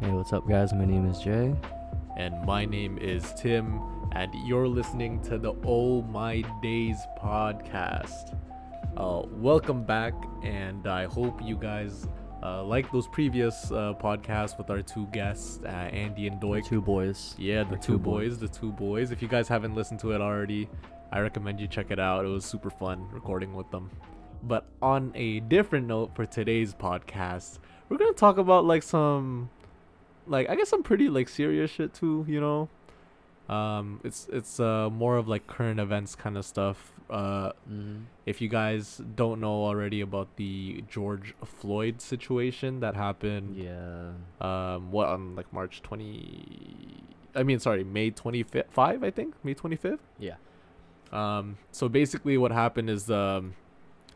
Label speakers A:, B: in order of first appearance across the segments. A: Hey, what's up, guys? My name is Jay.
B: And my name is Tim, and you're listening to the Oh My Days podcast. Uh, welcome back, and I hope you guys uh, like those previous uh, podcasts with our two guests, uh, Andy and Doik.
A: Two boys.
B: Yeah, the
A: Our
B: two, boys,
A: boy-
B: the two boys. If you guys haven't listened to it already, I recommend you check it out. It was super fun recording with them. But on a different note for today's podcast, we're gonna talk about like some, like I guess some pretty like serious shit too. You know, um, it's it's uh more of like current events kind of stuff. Uh,
A: Mhm.
B: if you guys don't know already about the George Floyd situation that happened
A: Yeah.
B: um what on like march 20 i mean sorry may 25 i think may 25th
A: Yeah.
B: um so basically what happened is um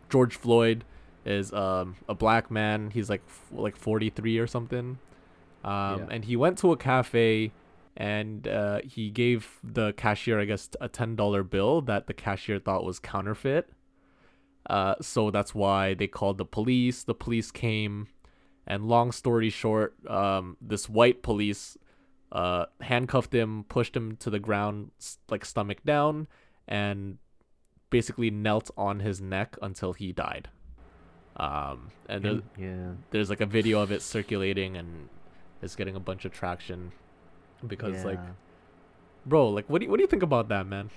B: george floyd is um a black man he's like f- like 43 or something um
A: Yeah.
B: and he went to a cafe and uh he gave the cashier i guess a $10 bill that the cashier thought was counterfeit uh so that's why they called the police the police came and long story short, um, this white police uh, handcuffed him, pushed him to the ground, s- like stomach down, and basically knelt on his neck until he died. Um, and there,
A: Yeah.
B: there's like a video of it circulating, and it's getting a bunch of traction because, like,
A: Yeah.
B: bro, like, what do you, what do you think about that, man?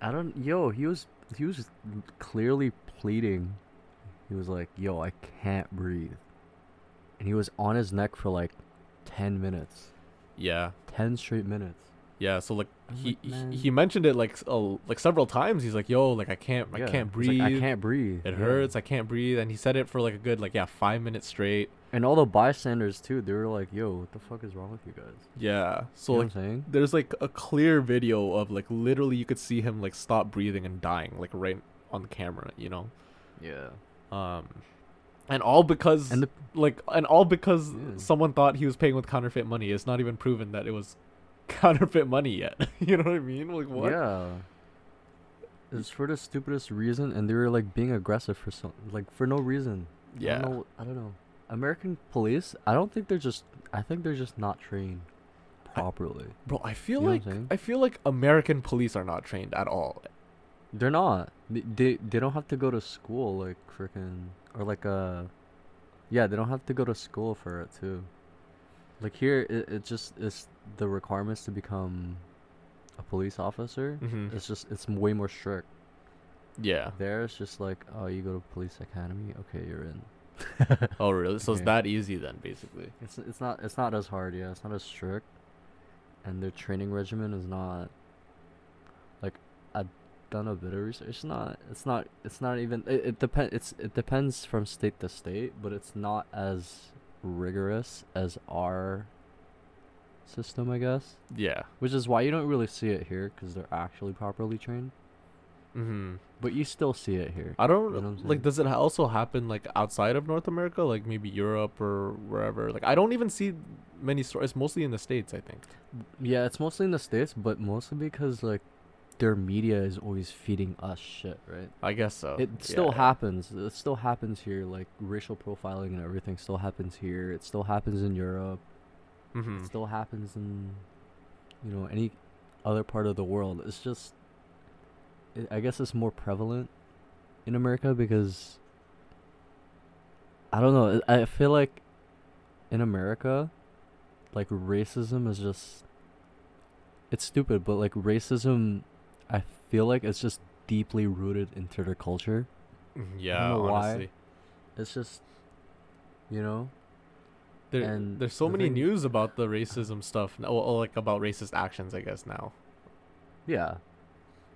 A: I don't. Yo, he was he was clearly pleading. He was like, "Yo, I can't breathe," and he was on his neck for like ten minutes,
B: Yeah,
A: ten straight minutes.
B: yeah. So like,
A: I'm
B: he
A: like,
B: he,
A: man.
B: he mentioned it like s- a l- like several times. He's like, yo, like I can't I
A: Yeah,
B: can't
A: he's
B: breathe.
A: like, I can't breathe.
B: It
A: yeah.
B: hurts. I can't breathe. And he said it for like a good, like, yeah, five minutes straight.
A: And all the bystanders too. They were like, "Yo, what the fuck is wrong with you guys?"
B: Yeah. So,
A: you know
B: like,
A: what I'm saying?
B: there's like a clear video of like literally you could see him like stop breathing and dying, like right on the camera, you know?
A: Yeah.
B: Um, and all because,
A: And the
B: like, and all because
A: Yeah.
B: someone thought he was paying with counterfeit money. It's not even proven that it was counterfeit money yet. you know what I mean? Like, what?
A: Yeah. It was for the stupidest reason, and they were like being aggressive for some, like for no reason. I
B: Yeah.
A: don't know. I don't know. American police. I don't think they're just. I think they're just not trained properly.
B: Bro, I
A: You
B: feel
A: know what I'm
B: like,
A: saying?
B: I feel like American police are not trained at all.
A: they're not. They, they they don't have to go to school like freaking or like uh, yeah. They don't have to go to school for it too. Like here, it, it just is the requirements to become a police officer.
B: hmm
A: It's just it's way more strict.
B: Yeah.
A: There, it's just like, oh, you go to police academy. Okay, you're in.
B: Oh, really? So it's
A: Okay.
B: that easy then, basically.
A: It's it's not it's not as hard. Yeah, it's not as strict, and their training regimen is not. Like, I've done a bit of research. It's not. It's not. It's not even. It, it depends. It's it depends from state to state, but it's not as rigorous as our system, I guess.
B: Yeah.
A: Which is why you don't really see it here, because they're actually properly trained.
B: Mm-hmm.
A: But you still see it here.
B: I don't
A: You know what I'm
B: like.
A: saying?
B: Does it ha- also happen like outside of North America, like maybe Europe or wherever? Like I don't even see many stories. It's mostly in the states, I think.
A: Yeah, it's mostly in the states, but mostly because like their media is always feeding us shit, right?
B: I guess so.
A: It still
B: Oh, Yeah.
A: happens. It still happens here. Like racial profiling and everything still happens here. It still happens in Europe.
B: Mhm.
A: It still happens in, you know, any other part of the world. It's just, it, I guess it's more prevalent in America because I don't know. I I feel like in America, like racism is just, it's stupid, but like racism, I feel like it's just deeply rooted into their culture.
B: Mhm. Yeah.
A: know why.
B: honestly,
A: It's just, you know,
B: there,
A: And
B: there's so
A: the
B: many
A: thing-
B: news about the racism stuff. now- Well, like about racist actions, I guess now.
A: Yeah.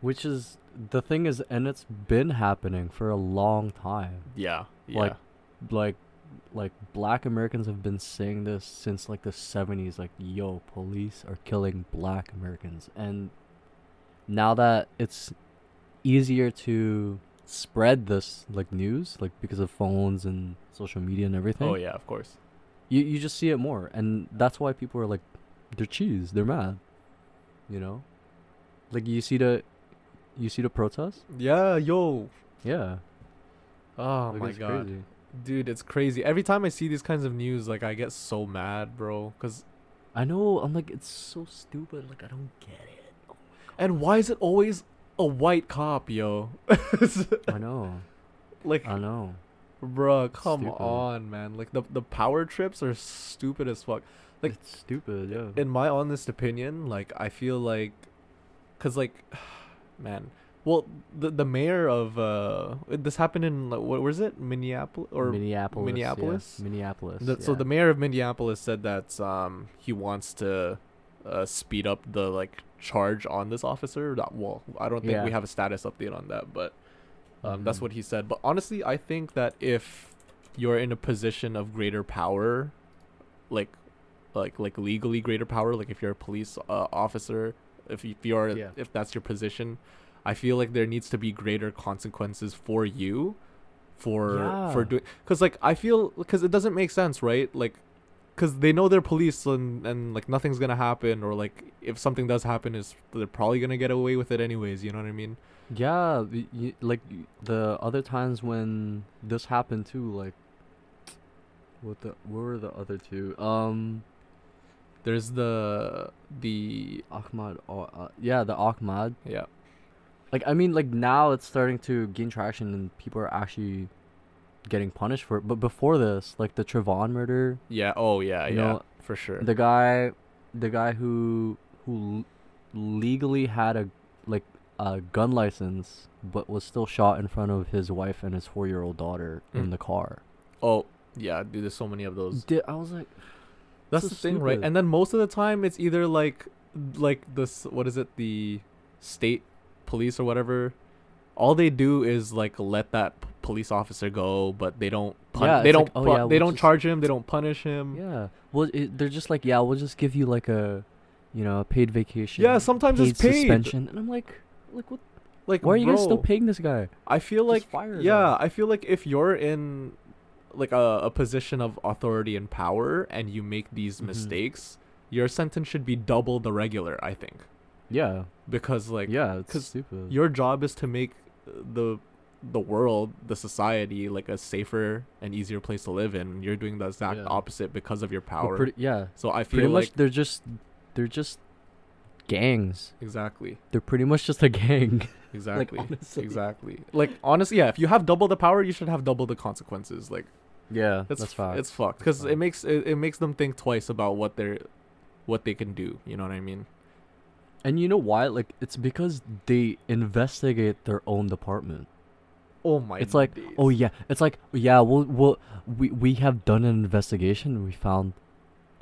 A: Which is the thing is and it's been happening for a long time.
B: Yeah. Yeah.
A: Like- Like like black Americans have been saying this since like the 70s like yo, police are killing black Americans and now that it's easier to spread this like news like because of phones and social media and everything.
B: oh yeah, of course.
A: You you just see it more, and that's why people are like, they're cheese, they're mad, you know, like you see the, you see the protest.
B: Yeah. Yo.
A: Yeah.
B: Oh
A: like,
B: my
A: it's
B: god.
A: crazy.
B: Dude, it's crazy. Every time I see these kinds of news, like I get so mad, bro. Cause
A: I know. I'm like, it's so stupid. Like, I don't get it. Oh my
B: and why is it always a white cop, yo?
A: God. I know.
B: like,
A: I know.
B: bruh, come
A: Stupid.
B: on, man. Like the the power trips are stupid as fuck. Like-
A: it's stupid. Yeah.
B: in my honest opinion, like I feel like, cause like, man, well, the the mayor of uh, this happened in like, what was it, Minneapolis or
A: Minneapolis. yeah.
B: Minneapolis?
A: Minneapolis.
B: the, so
A: yeah.
B: the mayor of Minneapolis said that um he wants to uh speed up the like charge on this officer. That- Well, I don't think
A: Yeah.
B: we have a status update on that, but um that's
A: Mhm.
B: what he said. But honestly, I think that if you're in a position of greater power, like like like legally greater power, like if you're a police uh, officer, if you- if you're
A: Yeah.
B: if that's your position, I feel like there needs to be greater consequences for you for for
A: Yeah.
B: doing because like i feel because it doesn't make sense right like because they know they're police and and like nothing's gonna happen or like if something does happen is they're probably gonna get away with it anyways you know what i mean
A: Yeah, y- y- like y- the other times when this happened too, like what the what were the other two? Um,
B: there's the the
A: Ahmad, uh, uh, yeah, the Ahmad.
B: yeah
A: Like I mean, like now it's starting to gain traction and people are actually getting punished for it. But before this, like the Trevon murder,
B: yeah oh yeah
A: You
B: yeah
A: know,
B: for sure
A: the guy, the guy who who l- legally had a like a gun license, but was still shot in front of his wife and his four year old daughter
B: Mm.
A: in the car.
B: oh yeah dude there's so many of those
A: Di- I was like.
B: that's
A: so
B: the thing right
A: stupid.
B: and then most of the time it's either like like this what is it the state police or whatever all they do is like let that p- police officer go but they don't pun-
A: Yeah,
B: they
A: it's
B: don't
A: like, oh,
B: pu-
A: yeah,
B: they
A: we'll
B: don't
A: just-
B: charge him they don't punish him yeah,
A: Yeah. Well, it, they're just like, yeah, we'll just give you like a, you know, a paid vacation.
B: sometimes it's
A: paid
B: paid
A: suspension, and I'm like, like, what?
B: like
A: Why are you guys still
B: bro,
A: paying this guy?
B: i feel
A: Just
B: like
A: fire
B: yeah
A: them.
B: i feel like if you're in like a, a position of authority and power and you make these
A: Mhm.
B: mistakes your sentence should be double the regular i think
A: Yeah.
B: because like
A: yeah. It's
B: 'cause
A: stupid.
B: your job is to make the the world the society like a safer and easier place to live in you're doing the exact
A: Yeah.
B: opposite because of your
A: But
B: power
A: pretty- yeah.
B: so i
A: Pretty
B: feel like
A: much, they're just, they're just gangs.
B: exactly
A: They're pretty much just a gang.
B: exactly
A: honestly.
B: exactly like honestly yeah if you have double the power you should have double the consequenses like
A: yeah.
B: it's
A: That's,
B: f-
A: fine.
B: it's fucked because it
A: fact.
B: makes it, it makes them think twice about what they're what they can do you know what i mean
A: And you know why? Like, it's because they investigate their own department.
B: oh my
A: It's like,
B: days.
A: oh yeah, it's like, yeah, we'll, we'll, we, we have done an investigation and we found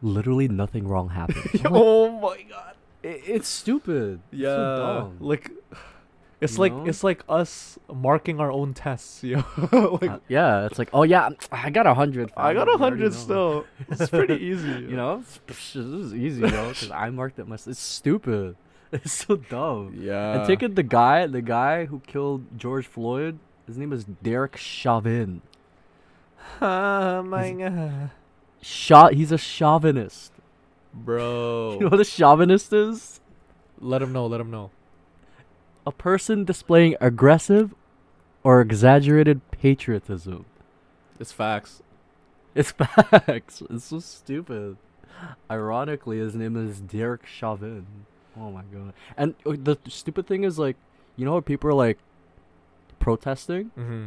A: literally nothing wrong happened. I'm like,
B: oh my god
A: I- it's stupid. It's
B: Yeah,
A: so dumb.
B: like it's
A: You
B: like
A: know?
B: it's like us marking our own tests. You know?
A: Uh,
B: like
A: yeah, it's like, oh yeah, I got a hundred. fam,
B: I got a
A: you already
B: hundred
A: know."
B: still. It's pretty easy.
A: You know, It's- psh, this is easy, yo, 'cause I marked it myself. It's stupid. It's so dumb.
B: Yeah.
A: And take it, the guy, the guy who killed George Floyd. His name is Derek Chauvin.
B: Oh my god,
A: Shot. He's a chauvinist.
B: bro.
A: You know what a chauvinist is?
B: let him know. Let him know.
A: a person displaying aggressive or exaggerated patriotism.
B: It's facts.
A: It's facts. It's so stupid. Ironically, his name is Derek Chauvin. Oh my god. And uh, the stupid thing is, like, you know how people are, like, protesting
B: Mm-hmm.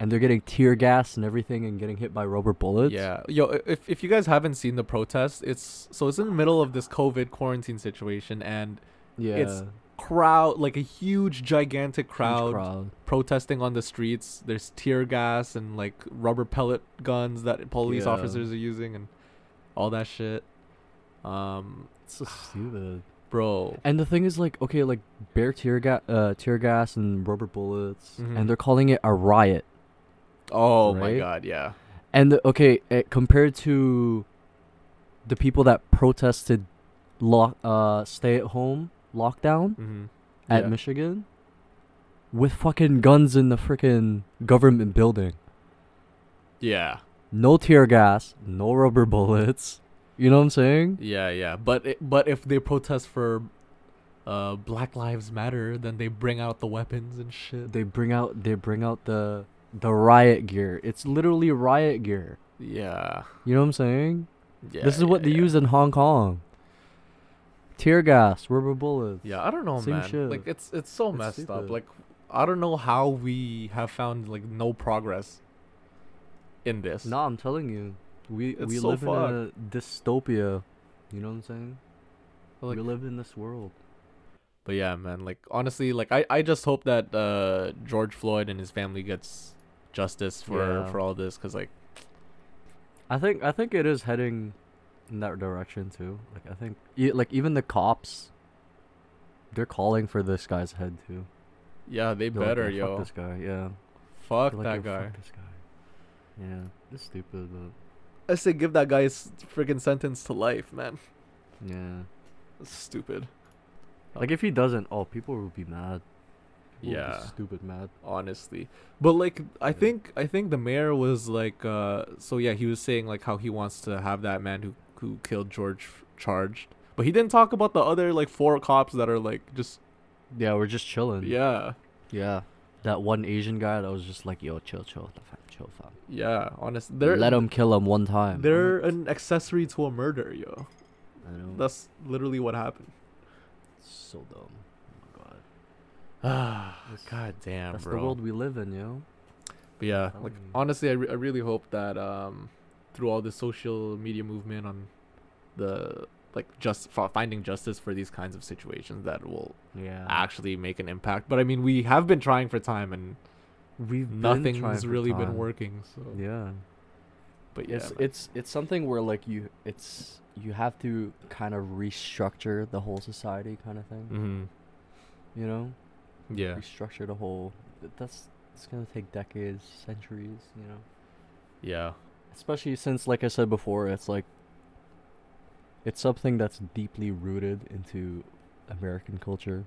A: and they're getting tear gas and everything and getting hit by rubber bullets?
B: Yeah. Yo, i- if if you guys haven't seen the protest, it's so it's in the middle of this COVID quarantine situation and
A: Yeah.
B: It's crowd like a huge gigantic
A: huge
B: crowd protesting on the streets. There's tear gas and like rubber pellet guns that police
A: Yeah.
B: officers are using and all that shit. Um,
A: It's so stupid.
B: bro.
A: And the thing is, like, okay, like, bare tear, ga- uh, tear gas and rubber bullets,
B: Mhm.
A: and they're calling it a riot.
B: Oh my
A: Right?
B: god, yeah.
A: And the, okay, uh, compared to the people that protested lock, uh, stay at home lockdown
B: Mm-hmm.
A: at
B: Yeah.
A: Michigan with fucking guns in the freaking government building.
B: Yeah,
A: No tear gas, no rubber bullets. You know what I'm saying?
B: yeah, yeah. But it, but if they protest for, uh, Black Lives Matter, then they bring out the weapons and shit.
A: They bring out they bring out the the riot gear. It's literally riot gear.
B: Yeah.
A: You know what I'm saying?
B: Yeah.
A: this is what
B: yeah,
A: they
B: yeah.
A: use in Hong Kong. Tear gas, rubber bullets.
B: Yeah, I don't know,
A: Same
B: man.
A: shit.
B: Like it's it's so
A: It's
B: messed up.
A: stupid.
B: Like I don't know how we have found like no progress in this.
A: No, I'm telling you, we
B: It's
A: we
B: so
A: live in
B: fucked.
A: a dystopia. You know what I'm saying?
B: Like-
A: we live in this world.
B: But yeah, man. Like honestly, like I I just hope that uh George Floyd and his family gets justice for
A: Yeah.
B: for all this because like
A: I think I think it is heading in that direction too. Like I think e- like even the cops, they're calling for this guy's head too.
B: yeah they
A: They're like,
B: better
A: "Yeah,
B: yo
A: Fuck this guy, yeah.
B: fuck,
A: They're like,
B: that
A: "Yeah,
B: guy.
A: Fuck this guy. Yeah, it's stupid, but
B: I say give that guy his freaking sentence to life, man.
A: yeah.
B: That's stupid.
A: Like if he doesn't, oh, people will be mad. People will be
B: Yeah.
A: stupid mad.
B: honestly but like i
A: Yeah.
B: think i think the mayor was like uh so yeah he was saying like how he wants to have that man who who killed george charged but he didn't talk about the other like four cops that are like just
A: Yeah, we're just chilling.
B: yeah
A: yeah. That one Asian guy that was just like, yo, chill, chill, fam, chill, fam.
B: yeah honest they're
A: Let him kill him one time. I'm
B: they're
A: like, Oh.
B: an accessory to a murder yo
A: I know.
B: that's literally what happened
A: so dumb. Oh my god.
B: ah god damn
A: That's
B: bro
A: the world we live in, yo.
B: But yeah,
A: Tell
B: like
A: me.
B: honestly, I, re- I really hope that um, through all the social media movement on the like just f- finding justice for these kinds of situations that will
A: Yeah.
B: actually make an impact. But I mean, we have been trying for time and
A: We've been trying
B: nothing's
A: for
B: really been
A: time.
B: working. So,
A: Yeah.
B: but yeah,
A: it's
B: man.
A: it's it's something where like you it's you have to kind of restructure the whole society kind of thing.
B: Mhm.
A: You know?
B: yeah,
A: Restructure the whole th- that's it's gonna take decades, centuries, you know.
B: yeah,
A: Especially since like I said before, it's like it's something that's deeply rooted into American culture.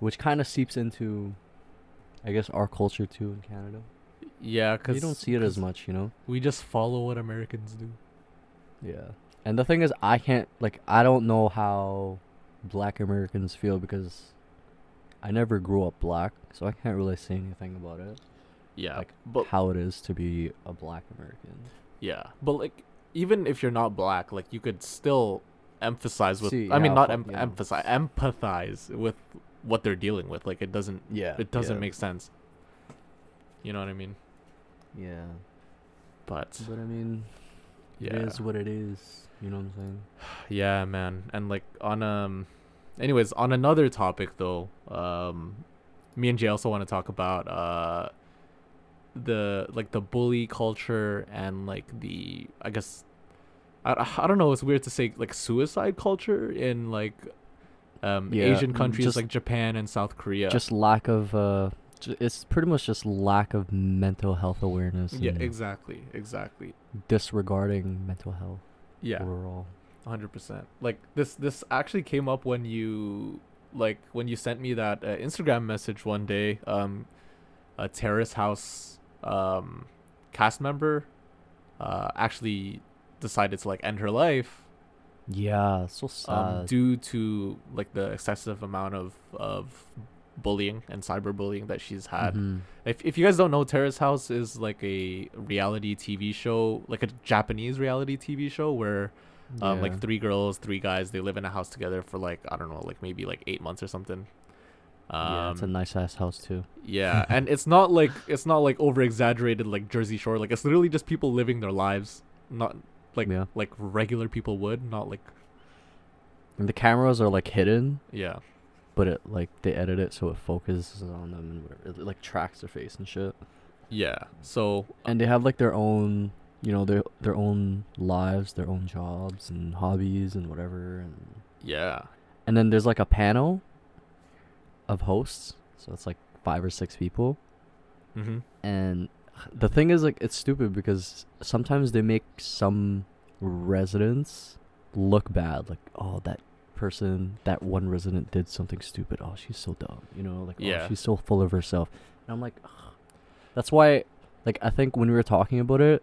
A: Which kind of seeps into I guess our culture too in Canada.
B: yeah. Cause
A: You don't see it as
B: 'cause
A: much, you know?
B: We just follow what Americans do.
A: Yeah. And the thing is, I can't, like, I don't know how black Americans feel because I never grew up black, so I can't really say anything about it.
B: Yeah,
A: Like,
B: but
A: how it is to be a black American.
B: Yeah, but like even if you're not black, like you could still emphasize with.
A: See,
B: I mean,
A: yeah,
B: not
A: fu-
B: em-
A: yeah.
B: emphasize, empathize with what they're dealing with. Like it doesn't.
A: Yeah.
B: It doesn't make sense. You know what I mean?
A: Yeah.
B: But
A: But I mean,
B: yeah,
A: it is what it is. You know what I'm saying?
B: yeah, man. And like on um, anyways, on another topic though, um, me and Jay also want to talk about uh, the like the bully culture and like the I guess I, I don't know. It's weird to say like suicide culture in like um,
A: Yeah,
B: Asian
A: mm,
B: countries
A: just-
B: like Japan and South Korea.
A: Just lack of, uh, ju- it's pretty much just lack of mental health awareness.
B: yeah,
A: and
B: exactly, exactly.
A: disregarding mental health
B: Yeah,
A: overall.
B: hundred percent. Like this, this actually came up when you like when you sent me that uh, Instagram message one day. Um, a Terrace House um cast member uh actually decided to like end her life
A: Yeah, so
B: um,
A: sad.
B: due to like the excessive amount of of bullying and cyberbullying that she's had.
A: Mhm.
B: If if you guys don't know, Terrace House is like a reality TV show, like a Japanese reality TV show where um,
A: Yeah.
B: like three girls, three guys, they live in a house together for like I don't know, like maybe like eight months or something. Um,
A: yeah, it's a nice ass house too.
B: yeah, and it's not like it's not like over exaggerated like Jersey Shore. Like it's literally just people living their lives, not like
A: Yeah.
B: like regular people would, not like
A: And the cameras are like hidden,
B: yeah.
A: but it like they edit it so it focuses on them and whatever. It like tracks their face and shit.
B: Uh, Yeah. So
A: And they have like their own, you know, their their own lives, their own jobs and hobbies and whatever. And
B: yeah.
A: and then there's like a panel of hosts, so it's like five or six people.
B: Mm-hmm.
A: And the thing is, like, it's stupid because sometimes they make some residents look bad. Like, oh, that person, that one resident did something stupid. Oh, she's so dumb. You know, like,
B: Yeah.
A: oh, she's so full of herself. And I'm like, Ugh. that's why, like, I think when we were talking about it,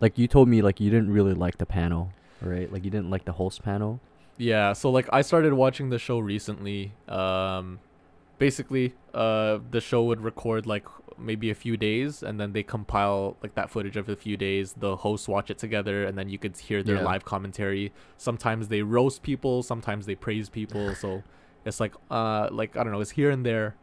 A: like, you told me, like, you didn't really like the panel, right? Like, you didn't like the host panel.
B: Yeah. So like I started watching the show recently. Um, basically uh the show would record like maybe a few days and then they compile like that footage of a few days the hosts watch it together and then you could hear their
A: Yeah.
B: live commentary sometimes they roast people sometimes they praise people so it's like uh like i don't know it's here and there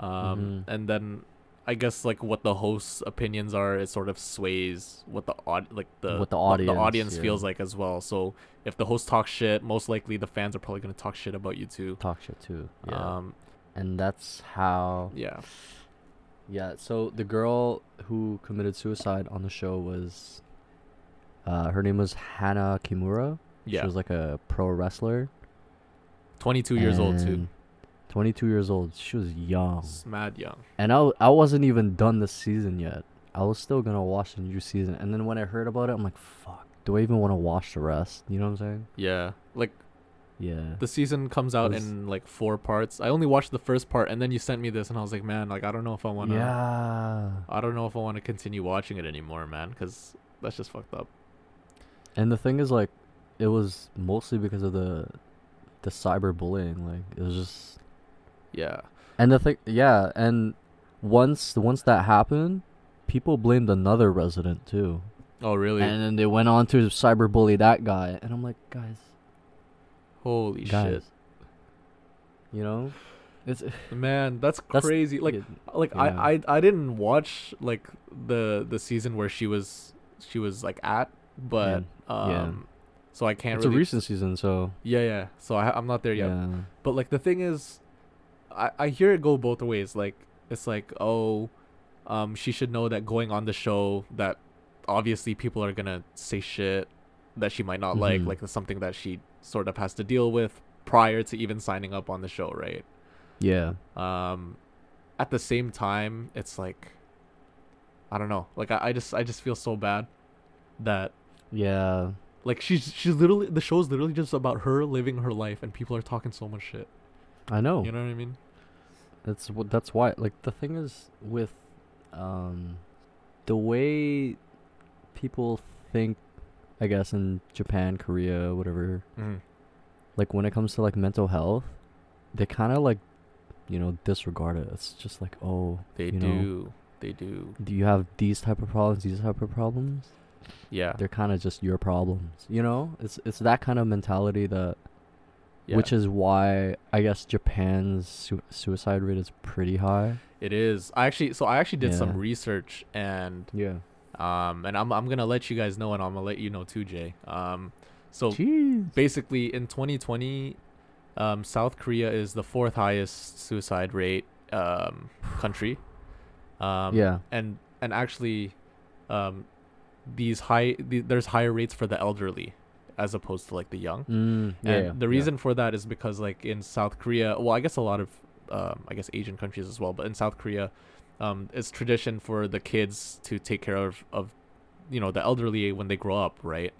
B: um
A: Mhm.
B: and then i guess like what the hosts opinions are it sort of sways what the aud- like the
A: What the
B: the
A: audience,
B: audience
A: yeah.
B: feels like as well so if the host talks shit most likely the fans are probably going to talk shit about you too
A: talk show too. Yeah.
B: um
A: and that's how
B: yeah
A: Yeah, so the girl who committed suicide on the show was uh, her name was Hannah Kimura.
B: yeah
A: She was like a pro wrestler.
B: 22 years old too
A: and 22 years old. She was young.
B: It's mad young
A: And I, w- I wasn't even done this season yet. I was still going to watch the new season. And then when I heard about it, I'm like, fuck, do I even want to watch the rest? You know what I'm saying?
B: yeah like
A: Yeah.
B: the season comes out
A: Was-
B: in like four parts i only watched the first part and then you sent me this and i was like man like i don't know if i want to
A: yeah.
B: i don't know if i want to continue watching it anymore man because that's just fucked up
A: And the thing is, like, it was mostly because of the the cyberbullying. Like, it was just.
B: yeah
A: And the thing, yeah, and once once that happened, people blamed another resident too,
B: oh really
A: and then they went on to cyberbully that guy, and I'm like, guys,
B: holy
A: guys, you know, it's
B: shit man that's
A: That's-
B: crazy like
A: it-
B: like
A: Yeah.
B: I, I i didn't watch like the the season where she was she was like at but um
A: Yeah.
B: so i can't
A: it's
B: really
A: a recent season, so
B: yeah yeah so I, i'm not there yet
A: yeah,
B: But like the thing is, I I hear it go both ways. Like it's like oh, um, she should know that going on the show that obviously people are gonna say shit that she might not like,
A: Mhm.
B: like that's something that she sort of has to deal with prior to even signing up on the show, right?
A: yeah,
B: Um, at the same time, it's like I don't know. Like I, I just I just feel so bad that
A: yeah,
B: like she's she's literally the show's literally just about her living her life and people are talking so much shit.
A: I know.
B: You know what I mean?
A: That's what. That's why. Like the thing is with, um, the way people think, I guess in Japan, Korea, whatever,
B: Mm.
A: like when it comes to like mental health, they kind of like, you know, disregard it. It's just like, oh,
B: They
A: you
B: do.
A: know?
B: They do.
A: do you have these type of problems? These type of problems?
B: Yeah.
A: They're kind of just your problems. You know, it's it's that kind of mentality that,
B: yeah.
A: which is why I guess Japan's su- suicide rate is pretty high.
B: it is. I actually so I actually did some
A: Yeah.
B: research and
A: Yeah.
B: um and I'm I'm going to let you guys know and I'm going to let you know too, Jay. Um so
A: Jeez.
B: basically in 2020 um South Korea is the fourth highest suicide rate um country. Um
A: yeah.
B: and and actually um these high the, there's higher rates for the elderly as opposed to like the young.
A: Mm, yeah.
B: And
A: yeah,
B: the
A: yeah.
B: reason for that is because like in South Korea, well, I guess a lot of um, I guess Asian countries as well, but in South Korea, um, it's tradition for the kids to take care of of you know the elderly when they grow up, right?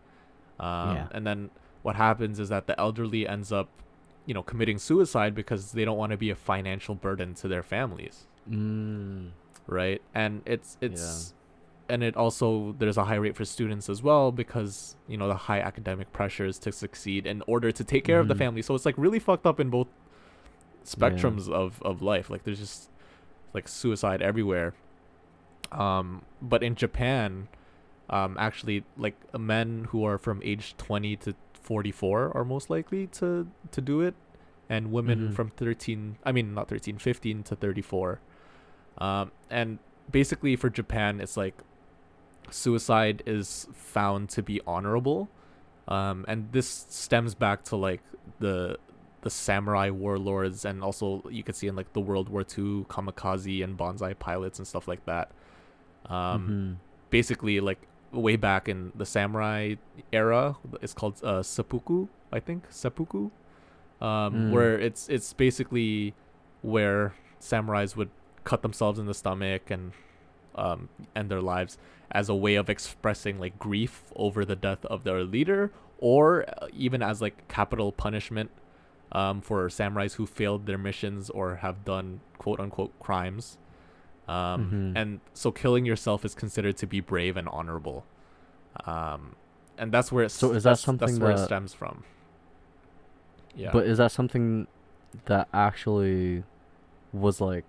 B: Um,
A: Yeah.
B: And then what happens is that the elderly ends up you know committing suicide because they don't want to be a financial burden to their families
A: Mm,
B: right and it's it's and it also there's a high rate for students as well because you know the high academic pressures to succeed in order to take care of the
A: Mhm.
B: family so it's like really fucked up in both spectrums of of life like there's just like suicide everywhere um but in japan um actually like men who are from age 20 to 44 are most likely to to do it and women
A: Mhm.
B: from 13 i mean not 13 15 to 34 um and basically for japan it's like suicide is found to be honorable um and this stems back to like the the samurai warlords and also you could see in like the world war ii kamikaze and bonsai pilots and stuff like that
A: mhm.
B: um basically like way back in the samurai era it's called uh, seppuku i think seppuku um,
A: Mm.
B: where it's it's basically where samurais would cut themselves in the stomach and um, end their lives as a way of expressing like grief over the death of their leader or uh, even as like capital punishment um, for samurais who failed their missions or have done quote unquote crimes
A: Mhm.
B: um, and so killing yourself is considered to be brave and honorable um, and that's where it's
A: So is that
B: that's, that's
A: something
B: where it
A: that-
B: stems from yeah
A: But is that something that actually was like,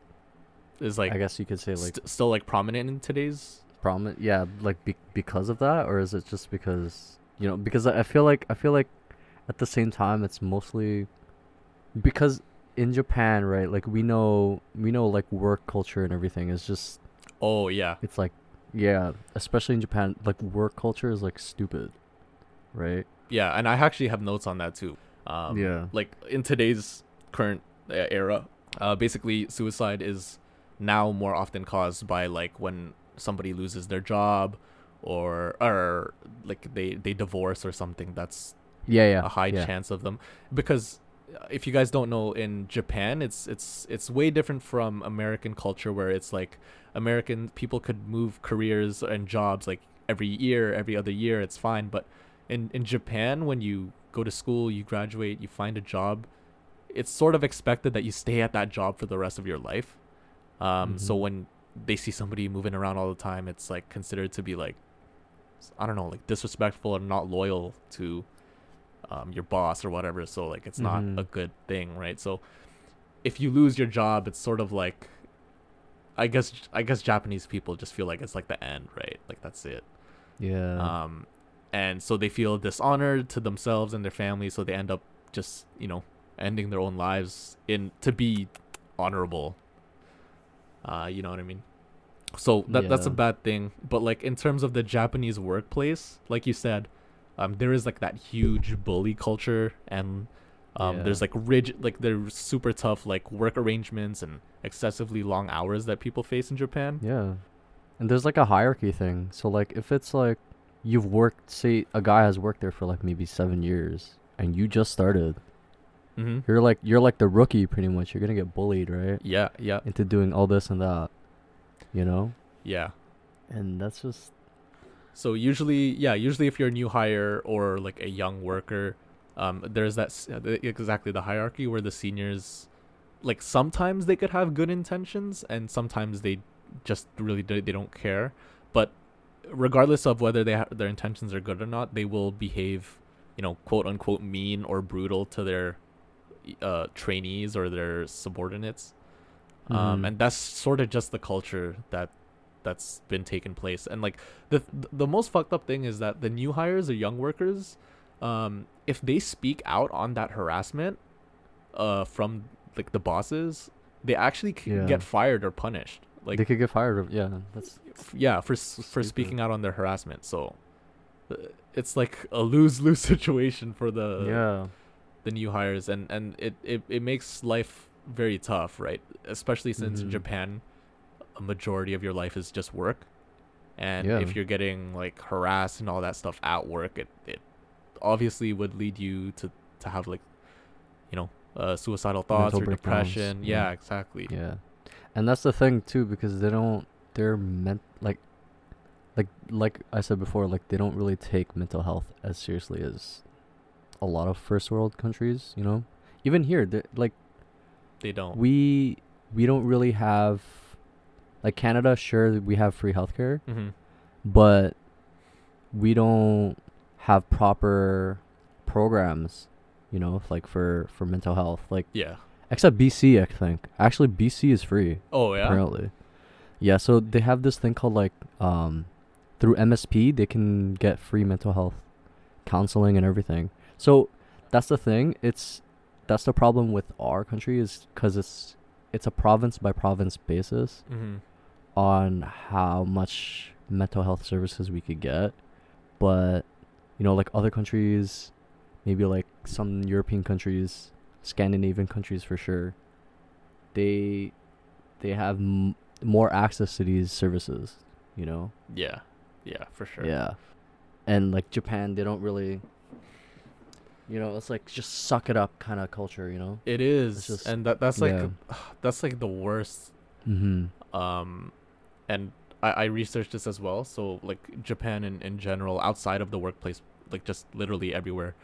B: is like,
A: I guess you could say like
B: st- still like prominent in today's
A: prominent. Yeah, like be- because of that, or is it just because you know? Because I I feel like I feel like at the same time it's mostly because in Japan, right? Like we know we know like work culture and everything is just
B: oh yeah
A: it's like yeah, especially in Japan, like work culture is like stupid, right?
B: yeah and i actually have notes on that too um
A: Yeah.
B: like in today's current uh, era uh basically suicide is now more often caused by like when somebody loses their job or or like they they divorce or something that's
A: Yeah, yeah.
B: a high
A: yeah.
B: chance of them because uh, if you guys don't know in Japan it's it's it's way different from American culture where it's like American people could move careers and jobs like every year every other year it's fine but in in Japan when you go to school you graduate you find a job it's sort of expected that you stay at that job for the rest of your life um
A: Mm-hmm.
B: so when they see somebody moving around all the time it's like considered to be like I don't know like disrespectful or not loyal to um, your boss or whatever. So like it's not
A: Mhm.
B: a good thing, right? So if you lose your job, it's sort of like I guess I guess Japanese people just feel like it's like the end, right? Like that's it.
A: Yeah.
B: Um, and so they feel dishonored to themselves and their family, so they end up just you know ending their own lives in to be honorable. Uh, you know what I mean. So that that's a
A: Yeah.
B: bad thing. But like in terms of the Japanese workplace, like you said, um, there is like that huge bully culture, and um,
A: Yeah.
B: there's like rigid, like they're super tough, like work arrangements and excessively long hours that people face in Japan.
A: yeah. And there's like a hierarchy thing. So like if it's like you've worked say a guy has worked there for like maybe 7 years and you just started,
B: Mm-hmm.
A: you're like you're like the rookie pretty much. You're going to get bullied, right?
B: Yeah, yeah,
A: Into doing all this and that. You know?
B: yeah.
A: And that's just
B: So usually, yeah, usually if you're a new hire or like a young worker, um, there's that s- uh, the- exactly the hierarchy where the seniors, like sometimes they could have good intentions and sometimes they just really do- they don't care. But regardless of whether they ha- their intentions are good or not, they will behave, you know, quote unquote mean or brutal to their uh, trainees or their subordinates. Um,
A: Mhm.
B: and that's sort of just the culture that that's been taking place. And like the the most fucked up thing is that the new hires or young workers, um, if they speak out on that harassment, uh, from like the bosses, they actually c-
A: Yeah.
B: get fired or punished. Like
A: they could get fired. of- Yeah, that's
B: f- yeah for s- for
A: Stupid.
B: speaking out on their harassment so uh, it's like a lose lose situation for the
A: yeah.
B: the new hires and and it, it it makes life very tough right especially since in
A: Mhm.
B: Japan a majority of your life is just work and
A: Yeah.
B: if you're getting like harassed and all that stuff at work it it obviously would lead you to to have like you know uh, suicidal thoughts
A: Mental
B: or
A: breakdowns,
B: depression
A: yeah.
B: yeah exactly
A: Yeah, and that's the thing too, because they don't. They're meant like, like like I said before, like they don't really take mental health as seriously as a lot of first world countries. You know, even here, they're- like
B: they don't
A: we we don't really have, like Canada. Sure, we have free healthcare,
B: mm-hmm.
A: but we don't have proper programs. You know, f- like for for mental health, like
B: yeah
A: except BC, I think. Actually, BC is free
B: oh yeah
A: apparently. Yeah, so they have this thing called like um through MSP they can get free mental health counseling and everything. So that's the thing. It's that's the problem with our country is cuz it's it's a province by province basis
B: mm-hmm.
A: on how much mental health services we could get. But you know, like other countries, maybe like some European countries, Scandinavian countries for sure, they they have m- more access to these services. You know,
B: Yeah, yeah, for sure.
A: yeah, and like Japan, they don't really. You know, it's like just suck it up kind of culture. You know.
B: it is,
A: just-
B: and that that's like
A: yeah.
B: that's like the worst.
A: Mm-hmm.
B: Um, and I, I researched this as well. So like Japan in in general, outside of the workplace, like just literally everywhere,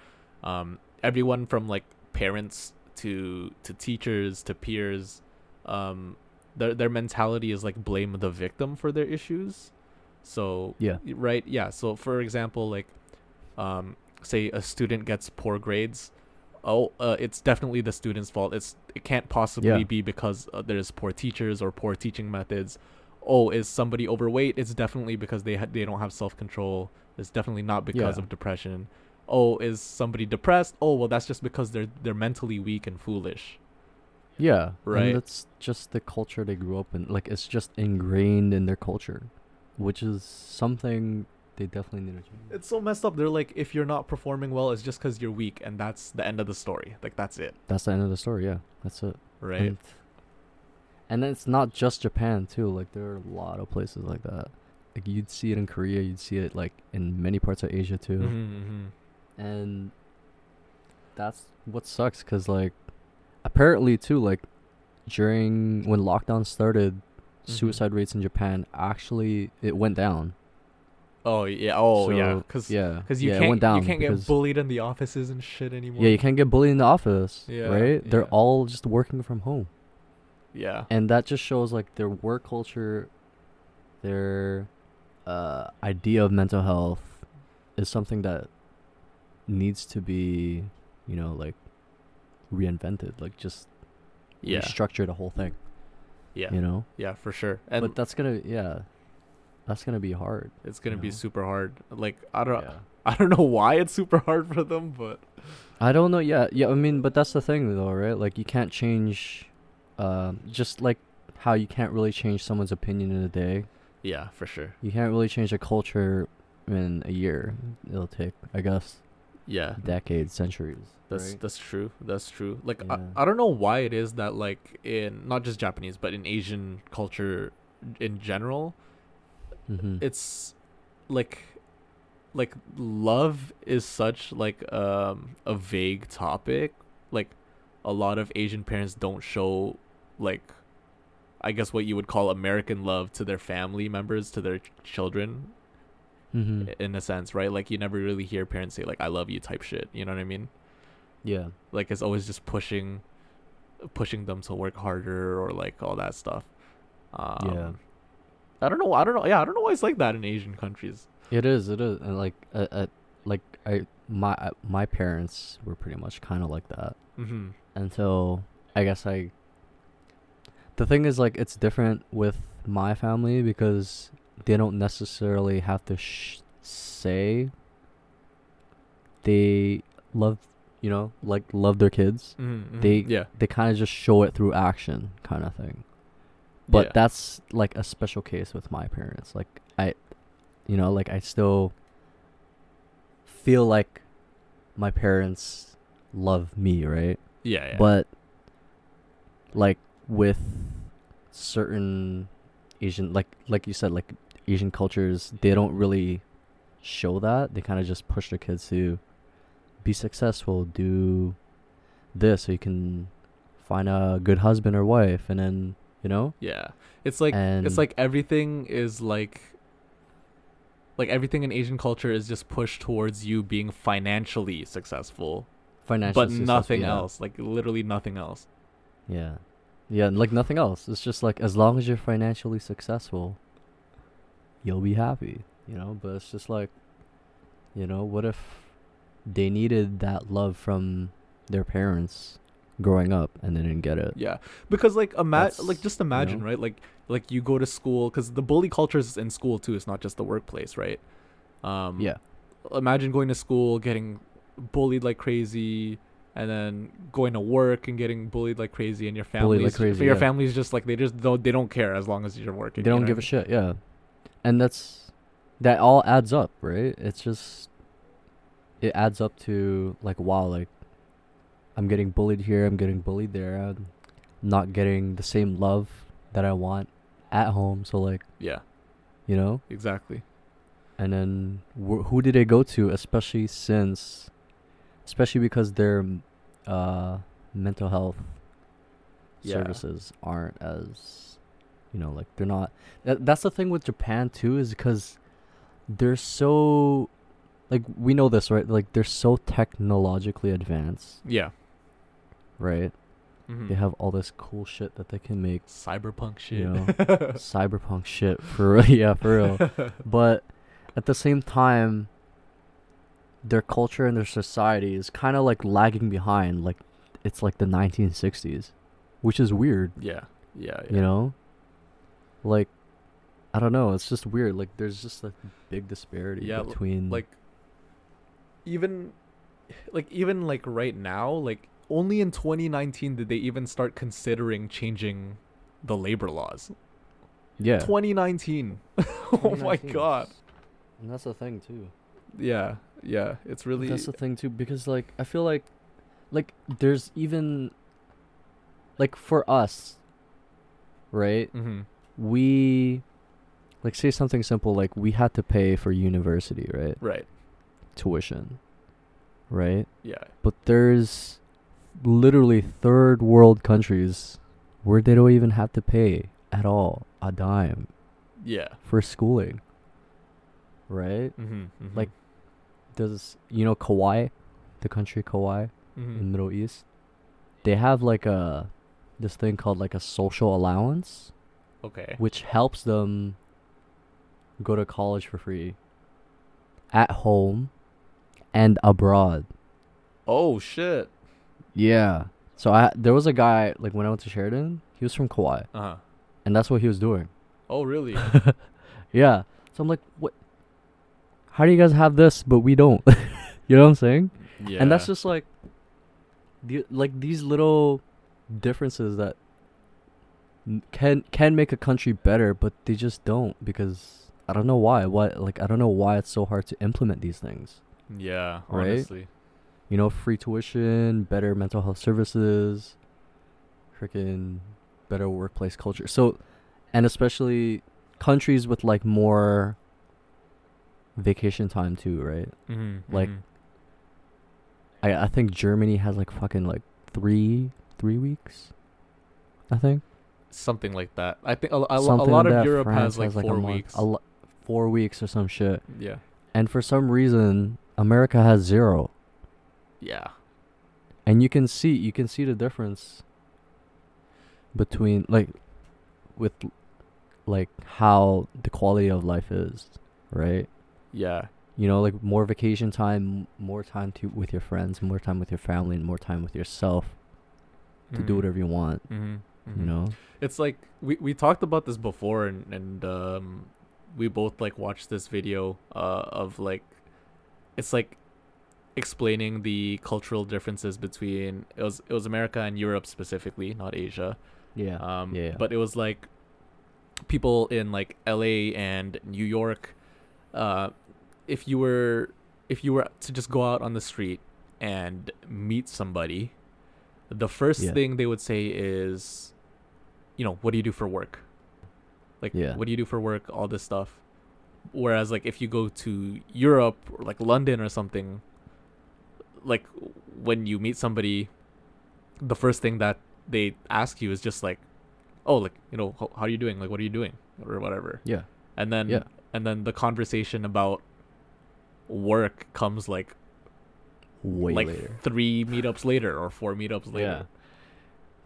B: um, everyone from like parents to to teachers to peers, um, their their mentality is like blame the victim for their issues. So
A: Yeah.
B: Y- right yeah so for example like um say a student gets poor grades oh, uh, it's definitely the student's fault. It's it can't possibly
A: Yeah.
B: be because uh, there's poor teachers or poor teaching methods. Oh, is somebody overweight? It's definitely because they ha- they don't have self control. It's definitely not because
A: Yeah.
B: of depression. Oh, is somebody depressed? Oh, well, that's just because they're they're mentally weak and foolish.
A: Yeah.
B: Right.
A: And that's just the culture they grew up in. Like it's just ingrained in their culture, which is something they definitely need to change.
B: It's so messed up. They're like, if you're not performing well, it's just because you're weak, and that's the end of the story. Like that's it,
A: That's the end of the story. Yeah. That's it.
B: right?
A: And, and then it's not just Japan too. Like there are a lot of places like that. Like you'd see it in Korea. You'd see it like in many parts of Asia too.
B: Mhm, mhm.
A: and that's what sucks because like apparently too like during when lockdown started
B: Mhm.
A: suicide rates in japan actually it went down
B: Oh yeah. Oh yeah.
A: So,
B: Because
A: yeah
B: Because you
A: yeah, it
B: can't
A: went down
B: you can't
A: because-
B: get bullied in the offices and shit anymore.
A: yeah you can't get bullied in the office
B: Yeah,
A: right they're
B: yeah.
A: all just working from home
B: Yeah.
A: and that just shows like their work culture their uh, idea of mental health is something that needs to be you know like reinvented like just
B: Yeah.
A: restructure the whole thing
B: Yeah.
A: you know
B: Yeah, for sure. And
A: but that's gonna yeah that's gonna be hard
B: it's gonna be
A: you know.
B: super hard. Like I don't I don't know why it's super hard for them, but
A: i don't know yeah yeah i mean but that's the thing though right like you can't change um just like how you can't really change someone's opinion in a day
B: yeah, for sure.
A: you can't really change a culture in a year it'll take i guess
B: Yeah.
A: decades centuries
B: That's
A: right?
B: that's true. That's true. Like
A: Yeah.
B: I, I don't know why it is that like in not just Japanese but in Asian culture in general,
A: Mhm.
B: it's like like love is such like um a vague topic like a lot of asian parents don't show like i guess what you would call american love to their family members to their ch- children
A: Mhm.
B: in a sense right like you never really hear parents say like i love you type shit you know what i mean
A: yeah
B: like it's always just pushing pushing them to work harder or like all that stuff um, i don't know i don't know yeah i don't know why it's like that in asian countries
A: It is. It is. And like, uh, uh, like I, my, uh, my parents were pretty much kind of like that.
B: mm-hmm.
A: And so I guess I. The thing is, like, it's different with my family because they don't necessarily have to sh- say they love, you know, like love their kids.
B: Mm-hmm.
A: They-
B: yeah
A: They kind of just show it through action, kind of thing. but
B: yeah.
A: that's like a special case with my parents like i you know like i still feel like my parents love me right
B: yeah, yeah.
A: but like with certain asian like like you said like asian cultures they don't really show that they kind of just push their kids to be successful do this so you can find a good husband or wife and then you know
B: yeah it's like
A: and-
B: it's like everything is like like everything in asian culture is just pushed towards you being financially successful
A: financial
B: but nothing
A: yeah.
B: else like literally nothing else
A: yeah yeah and, like nothing else it's just like as long as you're financially successful you'll be happy you know but it's just like you know what if they needed that love from their parents growing up and they didn't get it
B: yeah because like ima- like
A: That's-
B: just imagine
A: know?
B: right like like you go to school because the bully culture is in school too it's not just the workplace right um
A: yeah
B: imagine going to school getting bullied like crazy and then going to work and getting bullied like crazy and your family
A: Bullied like crazy,
B: your
A: yeah.
B: family's just like they just don't they don't care as long as you're working
A: they
B: you
A: don't
B: know
A: give
B: what
A: a shit yeah and that's that all adds up right it's just it adds up to like wow like i'm getting bullied here i'm getting bullied there i'm not getting the same love that i want at home so like
B: I mean? yeah
A: you know
B: exactly
A: and then wh- who do they go to especially since especially because their m- uh mental health
B: Yeah.
A: services aren't as you know like they're not that, that's the thing with japan too is because they're so like we know this right like they're so technologically advanced
B: yeah
A: right
B: Mhm.
A: they have all this cool shit that they can make
B: cyberpunk shit
A: you know cyberpunk shit for real yeah for real but at the same time their culture and their society is kind of like lagging behind. Like it's like the 1960s, which is weird,
B: Yeah. Yeah. yeah.
A: you know. Like, I don't know. It's just weird. Like there's just a big disparity
B: Yeah, l-
A: between
B: like even like even like right now like only in 2019 did they even start considering changing the labor laws
A: yeah.
B: 2019 oh my
A: 2019.
B: god
A: And that's the thing too.
B: yeah yeah it's really
A: That's the thing too, because like I feel like, like there's even, like for us, right?
B: mm-hmm.
A: We, like say something simple like we had to pay for university, right?
B: right
A: Tuition, right?
B: yeah
A: But there's literally third world countries where they don't even have to pay at all a dime
B: yeah
A: for schooling, right?
B: mm-hmm,
A: Like, Does you know Kauai, the country Kauai?
B: mm-hmm. Mm.
A: in Middle East, they have like a this thing called like a social allowance,
B: okay
A: which helps them go to college for free at home and abroad.
B: oh shit
A: Yeah. So I there was a guy like when I went to Sheridan, he was from Kauai,
B: uh-huh
A: and that's what he was doing.
B: oh really
A: Yeah. So I'm like, what? How do you guys have this but we don't? you know what I'm saying?
B: yeah
A: and that's just like the, like these little differences that n- can can make a country better but they just don't because i don't know why why like i don't know why it's so hard to implement these things
B: yeah
A: right?
B: honestly
A: you know free tuition better mental health services freaking better workplace culture so and especially countries with like more vacation time too right
B: mm-hmm,
A: Like, I I think Germany has like fucking like three three weeks. I think
B: something like that i think a, a, a
A: Something
B: lot
A: like
B: of
A: that.
B: europe
A: France
B: has like
A: a
B: four
A: month-
B: weeks
A: a lo- four weeks or some shit.
B: yeah
A: And for some reason, America has zero.
B: yeah
A: And you can see you can see the difference between like with like how the quality of life is, right?
B: yeah
A: You know, like more vacation time, more time to with your friends, more time with your family, and more time with yourself to do whatever you want.
B: mm-hmm,
A: You know.
B: it's like we, we talked about this before and and um we both like watched this video uh of like it's like explaining the cultural differences between it was it was America and Europe specifically not Asia
A: Yeah.
B: um
A: yeah.
B: but it was like people in like LA and New York uh if you were if you were to just go out on the street and meet somebody the first
A: Yeah.
B: thing they would say is you know what do you do for work like
A: Yeah.
B: what do you do for work all this stuff whereas like if you go to Europe or like London or something like when you meet somebody the first thing that they ask you is just like oh like you know how, how are you doing like what are you doing or whatever
A: yeah.
B: and then
A: Yeah.
B: and then the conversation about work comes like
A: way
B: like
A: later
B: three meetups later or four meetups
A: Yeah.
B: later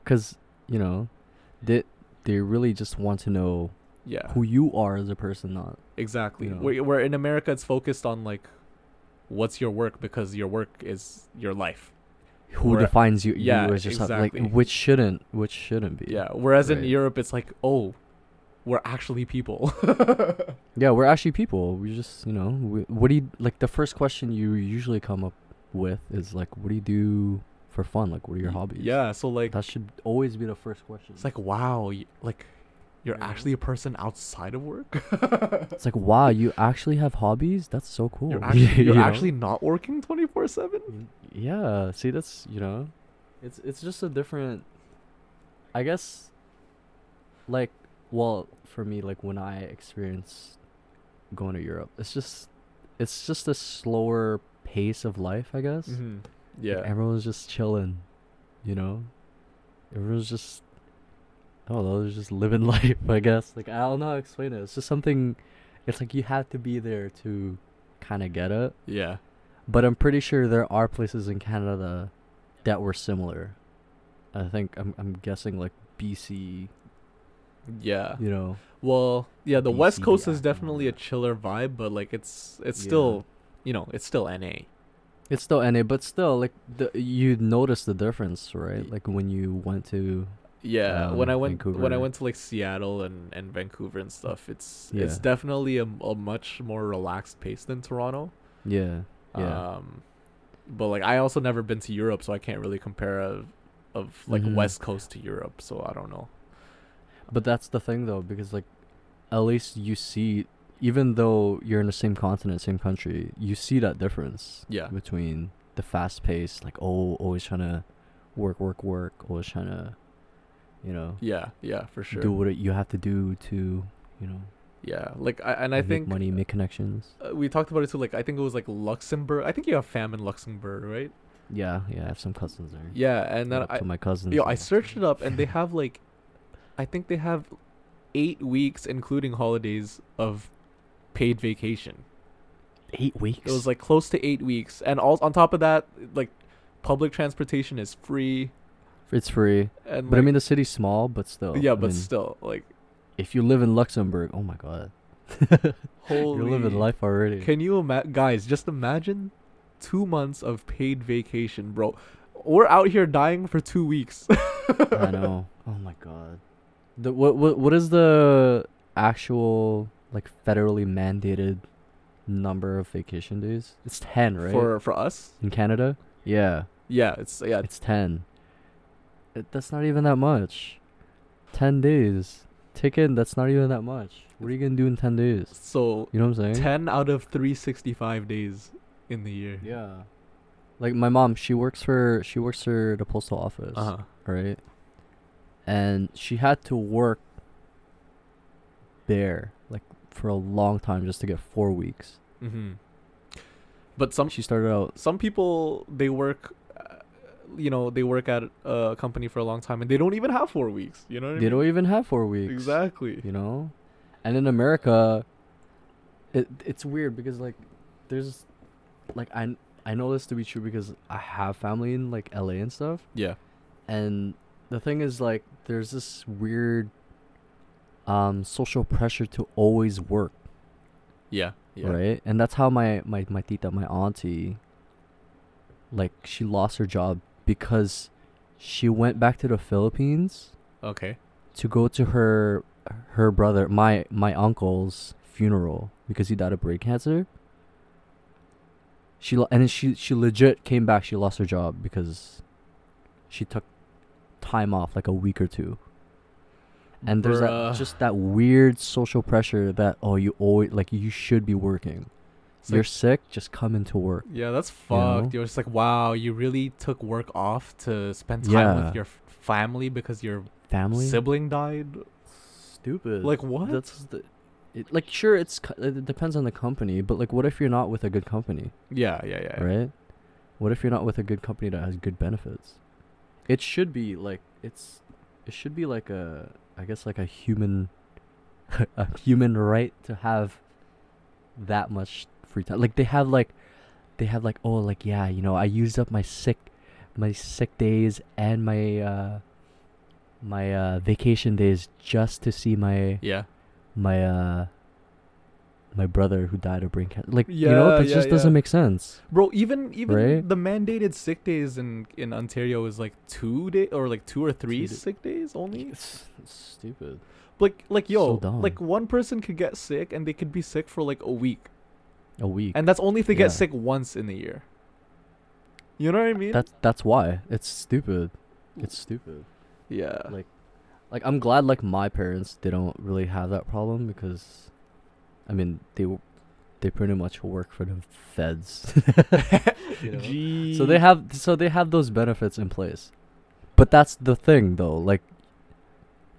A: because you know they they really just want to know
B: yeah,
A: who you are as a person not
B: exactly
A: you know.
B: where, where in america it's focused on like what's your work because your work is your life
A: who
B: Where-
A: defines you
B: yeah,
A: you as yourself
B: exactly.
A: like which shouldn't which shouldn't be
B: yeah whereas in
A: Right.
B: europe it's like oh we're actually people
A: yeah we're actually people we just you know we, what do you like the first question you usually come up with is like what do you do for fun like what are your
B: Y-
A: hobbies
B: yeah so like
A: that should always be the first question
B: it's like wow y- like you're
A: Yeah.
B: actually a person outside of work
A: it's like wow you actually have hobbies that's so cool
B: You're actually, you're
A: You know?
B: actually not working 24 7?
A: Y- Yeah, see that's you know, it's it's just a different I guess like well for me like when I experienced going to Europe, it's just it's just a slower pace of life, I guess. Like,
B: Mm-hmm. Yeah.
A: everyone's just chilling, you know? Everyone's just I don't know, they're just living life, I guess. Like I don't know how to explain it. It's just something it's like you have to be there to kinda get it.
B: Yeah.
A: But I'm pretty sure there are places in Canada that were similar. I think I'm I'm guessing like BC,
B: Yeah.
A: you know.
B: Well, yeah, the West
A: BC,
B: Coast is
A: I don't know
B: definitely a
A: that.
B: chiller vibe, but like it's it's
A: Yeah.
B: still, you know, it's still NA.
A: It's still NA, but still, like the, you notice the difference, right?
B: Y-
A: Like when you went to
B: Yeah, when
A: Um,
B: I went when I
A: Vancouver.
B: went to like Seattle and, and Vancouver and stuff, it's it's
A: Yeah.
B: definitely a, a much more relaxed pace than Toronto.
A: yeah, yeah,
B: Um, but like I also never been to Europe, so I can't really compare of, of like
A: Mhm.
B: West Coast to Europe. So I don't know.
A: but that's the thing though, because like at least you see, even though you're in the same continent, same country, you see that difference
B: Yeah,
A: between the fast pace, like oh, always trying to work, work, work, always trying to, you know,
B: yeah, yeah, for sure.
A: do what it, you have to do to, you know,
B: Yeah, like I, and I
A: make
B: think
A: money, make connections.
B: uh, we talked about it too. Like I think it was like Luxembourg. I think you have fam in Luxembourg, right?
A: Yeah, yeah, I have some cousins there.
B: Yeah, and then
A: Shout out
B: I
A: to my cousins.
B: yo
A: in
B: I searched it up and they have like, I think they have eight weeks including holidays of paid vacation.
A: eight weeks.
B: It was like close to eight weeks, and all on top of that, like public transportation is free.
A: it's free,
B: And
A: but I
B: like,
A: mean the city's small, but still.
B: yeah,
A: I
B: but
A: mean,
B: still, like,
A: if you live in Luxembourg, oh my god,
B: holy.
A: you're living life already.
B: Can you imagine, guys? Just imagine two months of paid vacation, bro. We're out here dying for two weeks.
A: I know. Oh my god. The what what what is the actual like federally mandated number of vacation days? It's ten, right?
B: For for us,
A: in Canada. Yeah,
B: yeah, it's yeah,
A: it's ten. It, that's not even that much. Ten days. Take in. That's not even that much. What are you gonna do in ten days?
B: so
A: You know what I'm saying?
B: ten out of three sixty-five days in the year.
A: Yeah. Like my mom, she works for she works for the postal office,
B: Uh huh.
A: right? And she had to work there like for a long time just to get 4 weeks.
B: Mm-hmm. But some
A: She started out
B: some people they work, uh, you know, they work at a company for a long time and they don't even have four weeks. You know what I
A: they
B: mean?
A: don't even have 4 weeks.
B: exactly.
A: You know? And in America it it's weird because like there's like I I know this to be true because I have family in like LA and stuff.
B: Yeah.
A: and the thing is like there's this weird um social pressure to always work
B: Yeah. Yeah.
A: right and that's how my my my tita my auntie like she lost her job because she went back to the philippines
B: Okay.
A: to go to her her brother my my uncle's funeral because he died of brain cancer she lo- and then she she legit came back she lost her job because she took time off like a week or two and there's that,
B: Bruh.
A: just that weird social pressure that oh you always like you should be working
B: It's
A: you're
B: like-
A: sick just come into work
B: Yeah, that's
A: You know?
B: fucked. You're just like, wow, you really took work off to spend time
A: Yeah.
B: with your f- family because your
A: family
B: sibling died.
A: stupid
B: Like what?
A: that's the it, like sure it's co- it depends on the company but like what if you're not with a good company
B: yeah, yeah, yeah.
A: right? What if you're not with a good company that has good benefits? It should be like it's it should be like a I guess like a human a human right to have that much free time. Like they have like they have like oh like yeah, you know, I used up my sick my sick days and my uh my uh vacation days just to see my
B: Yeah.
A: my uh my brother who died of brain cancer. Like you
B: Yeah,
A: know, that
B: yeah,
A: just doesn't
B: yeah.
A: make sense.
B: Bro, even even
A: Right?
B: the mandated sick days in in Ontario is like 2 day or like 2 or 3
A: da-
B: sick days only.
A: It's stupid.
B: Like like yo,
A: dumb.
B: like one person could get sick and they could be sick for like a week.
A: A week.
B: And that's only if they
A: Yeah.
B: get sick once in the year. You know what I mean?
A: That's that's why it's stupid. It's stupid.
B: yeah.
A: like- Like I'm glad like my parents they don't really have that problem because, I mean they, w- they pretty much work for the feds. You know? So they
B: Gee.
A: have so they have those benefits in place. But that's the thing though, like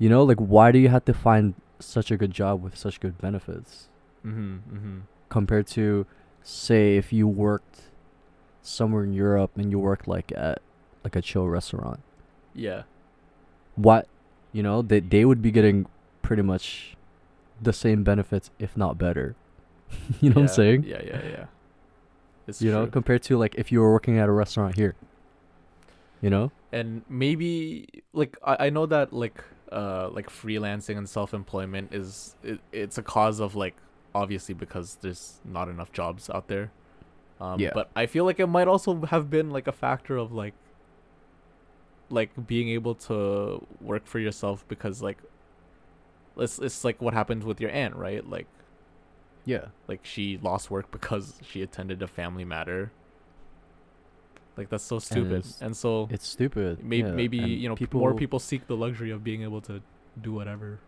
A: you know, like why do you have to find such a good job with such good benefits
B: Mhm. Mhm.
A: compared to say if you worked somewhere in Europe and you worked like at like a chill restaurant.
B: Yeah.
A: what you know they, they would be getting pretty much the same benefits if not better you know what i'm
B: Yeah,
A: saying
B: Yeah, yeah, yeah. It's
A: you know
B: true.
A: compared to like if you were working at a restaurant here you know
B: and maybe like I, I know that like uh like freelancing and self employment is it, it's a cause of like obviously because there's not enough jobs out there. Um,
C: Yeah.
B: But I feel like it might also have been like a factor of like, like being able to work for yourself because like, it's it's like what happened with your aunt, right? Like,
C: Yeah.
B: like she lost work because she attended a family matter. Like that's so stupid.
A: it's-
B: And, so
A: It's stupid.
B: maybe
A: yeah,
B: maybe
A: and
B: you know p- more people seek the luxury of being able to do whatever.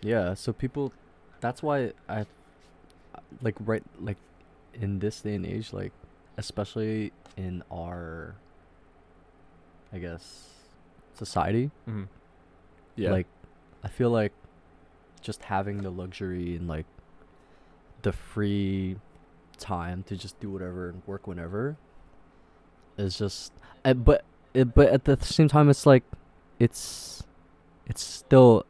A: Yeah, so people that's why I like right like in this day and age like especially in our I guess society
B: Mm-hmm. Yeah.
A: like I feel like just having the luxury and like the free time to just do whatever and work whenever is just uh, but uh, but at the same time it's like it's it's still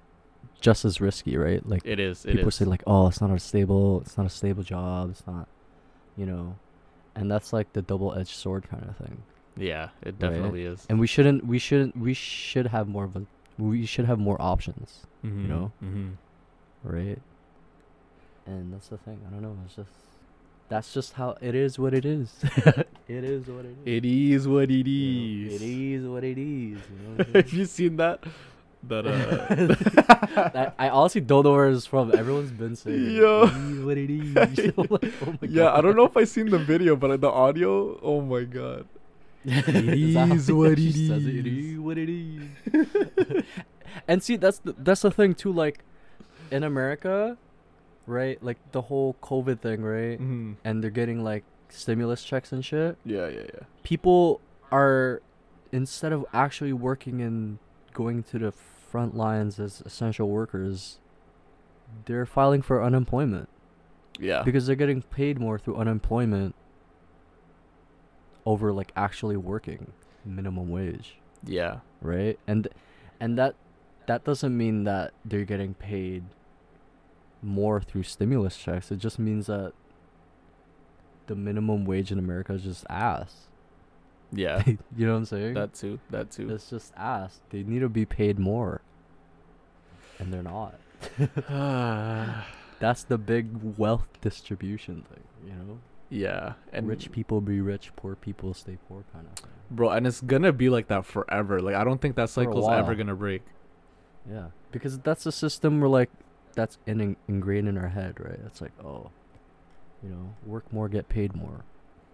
A: just as risky, right? Like
B: it is. It
A: people
B: is.
A: say like, "Oh, it's not a stable, it's not a stable job, it's not, you know," and that's like the double-edged sword kind of thing.
B: yeah, it definitely is.
A: And we shouldn't, we shouldn't, we should have more of a, we should have more options,
B: mm-hmm.
A: know?
B: Mm-hmm.
A: right? And that's the thing. I don't know. It's just that's just how it is. What it is. it is what it is.
B: It is what
A: you
B: it
A: know?
B: is.
A: It is what it is. You know what I'm saying?
B: Have you seen that? That uh.
A: That- I honestly don't know where it's from. Everyone's been saying it.
B: Yo.
A: It is what it is. I'm like, oh my
B: yeah, I
A: God.
B: don't know if I seen the video, but uh, the audio. Oh my god.
A: Is that how
B: is what
A: she
B: it
A: says It
B: is.
A: is what it is.
B: Mm-hmm.
A: and see, that's the, that's the thing too. Like in America, right? Like the whole COVID thing, right?
B: Mhm.
A: And they're getting like stimulus checks and shit.
B: Yeah, yeah, yeah.
A: People are instead of actually working and going to the front lines as essential workers, they're filing for unemployment
B: Yeah.
A: because they're getting paid more through unemployment over like actually working minimum wage
B: yeah.
A: right and and that that doesn't mean that they're getting paid more through stimulus checks it just means that the minimum wage in america is just ass
B: Yeah.
A: you know what i'm saying
B: that too. That too.
A: it's just ass they need to be paid more and they're not that's the big wealth distribution thing you know
B: yeah. And
A: rich people be rich, poor people stay poor, kind of thing.
B: bro, and it's gonna be like that forever. Like I don't think that
A: For a
B: cycle's ever
A: while.
B: gonna break.
A: Yeah, because that's a system we're like, that's in, ingrained in our head, right? It's like, oh, you know, work more, get paid more.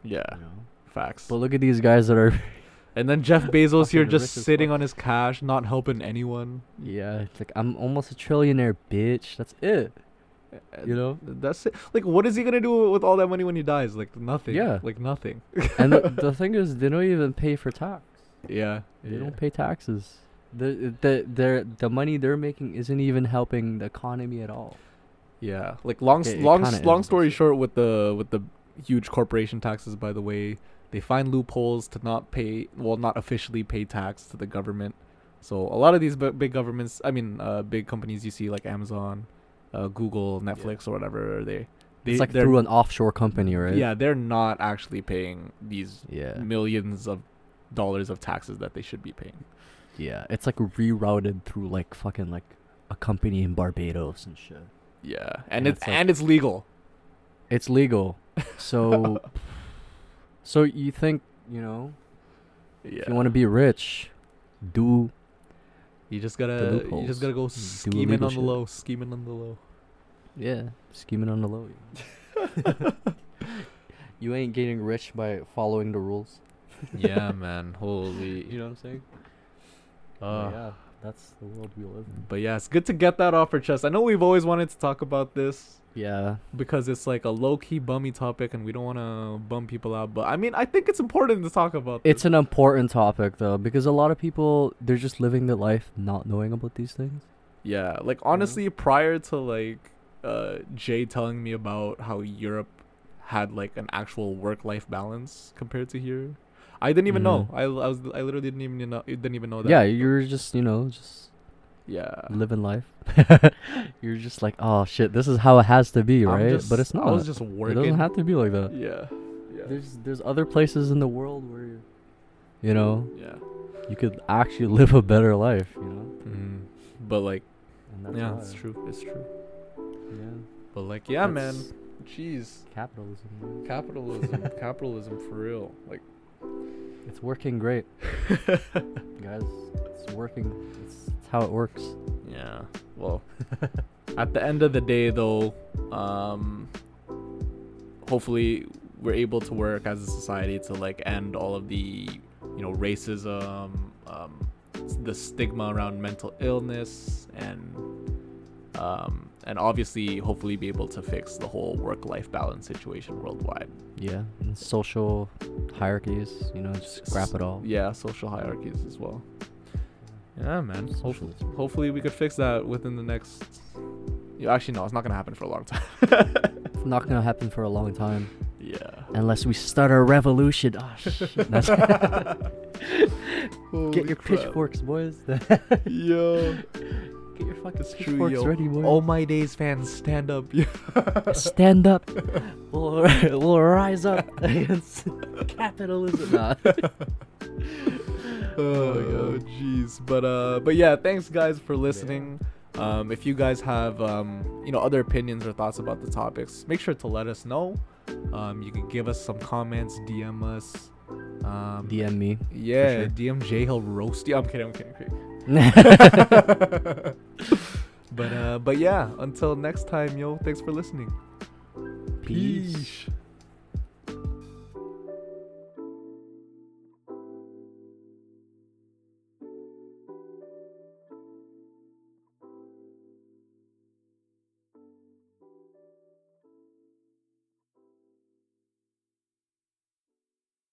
B: Yeah.
A: You know,
B: Facts.
A: but look at these guys that are,
B: and then Jeff Bezos here
A: Fucking rich
B: just
A: as
B: sitting
A: fuck.
B: on his cash, not helping anyone.
A: yeah, it's like I'm almost a trillionaire, bitch. That's it. You know?
B: That's it. Like what is he gonna do with all that money when he dies? Like nothing.
A: Yeah.
B: Like nothing.
A: And the, the thing is, they don't even pay for tax.
B: Yeah.
A: They
B: yeah.
A: don't pay taxes. The the their the money they're making isn't even helping the economy at all.
B: Yeah, like long, s
A: It- it
B: long,
A: kinda
B: s- long
A: is,
B: story
A: actually.
B: short, with the with the huge corporation taxes, by the way, they find loopholes to not pay, well, not officially pay tax to the government. So a lot of these b- big governments, I mean, uh, big companies you see like Amazon, uh, Google, Netflix, or whatever, they they
A: it's like
B: they're-
A: through an offshore company, right?
B: yeah, Mm. they're not actually paying these
A: Yeah.
B: millions of dollars of taxes that they should be paying.
A: Yeah, it's like rerouted through like fucking like a company in Barbados and shit.
B: Yeah, and
A: Yeah,
B: it's
A: it's like-
B: and it's legal.
A: It's legal. So so you think, you know,
B: Yeah,
A: if you want to be rich, do
B: you just gotta you
A: loopholes.
B: just gotta go scheming
A: illegal
B: on the
A: shit.
B: low, scheming on the low.
A: yeah, scheming on the low. you know? you ain't getting rich by following the rules.
B: yeah, man. Holy.
A: You know what I'm saying? But
B: Uh,
A: yeah, that's the world we live in.
B: But yeah, it's good to get that off our chest. I know we've always wanted to talk about this
A: Yeah.
B: because it's like a low key bummy topic and we don't want to bum people out. But I mean, I think it's important to talk about
A: It's
B: this.
A: an important topic though because a lot of people they're just living their life not knowing about these things.
B: yeah, like honestly, prior to like uh, Jay telling me about how Europe had like an actual work life balance compared to here. I didn't even
A: Mhm.
B: know. I, I was I literally didn't even know didn't even know that.
A: yeah, you're just, you know, just
B: yeah.
A: living life. You're just like, oh shit, this is how it has to be,
B: I'm
A: right?
B: just-
A: but it's not.
B: I was just
A: it
B: working.
A: doesn't have to be like that.
B: yeah, yeah,
A: There's there's other places in the world where, you know,
B: yeah.
A: you could actually live a better life. You know.
B: Mm. But like.
A: And that's
B: yeah,
A: why.
B: it's true. It's true.
A: Yeah.
B: But like, yeah, man,
A: That's-
B: Jeez.
A: Capitalism. man.
B: Capitalism. capitalism for real. Like
A: It's working great, guys. It's working. It's, it's how it works.
B: Yeah. Well, at the end of the day, though, um, hopefully we're able to work as a society to like end all of the, you know, racism, um, s- the stigma around mental illness, and um, and obviously, hopefully, be able to fix the whole work-life balance situation worldwide.
A: Yeah. And social hierarchies, you know, just scrap it all.
B: Yeah, social hierarchies as well. Yeah, man. Hopefully,
A: Socialism.
B: hopefully we could fix that within the next. Yeah, Actually, no, it's not gonna happen for a long time.
A: It's not gonna happen for a long time
B: Yeah.
A: unless we start a revolution. Oh, shit. That's- Get
B: Holy
A: your
B: crap.
A: pitchforks, boys.
B: Yo,
A: Get your fucking
B: it's true,
A: pitchforks
B: yo.
A: ready, boys.
B: All my days fans stand up. yo.
A: Stand up. we'll, we'll rise up against capitalism. Nah.
B: oh, jeez. But uh, but yeah, thanks guys for listening. Um, if you guys have um, you know, other opinions or thoughts about the topics, make sure to let us know. Um, you can give us some comments, DM us. Um,
A: DM me.
B: yeah,
A: sure.
B: DM J Hill roast. Yeah, I'm kidding. I'm kidding. I'm kidding. but uh, but yeah, until next time, yo. Thanks for listening.
A: Peace.
B: Peace.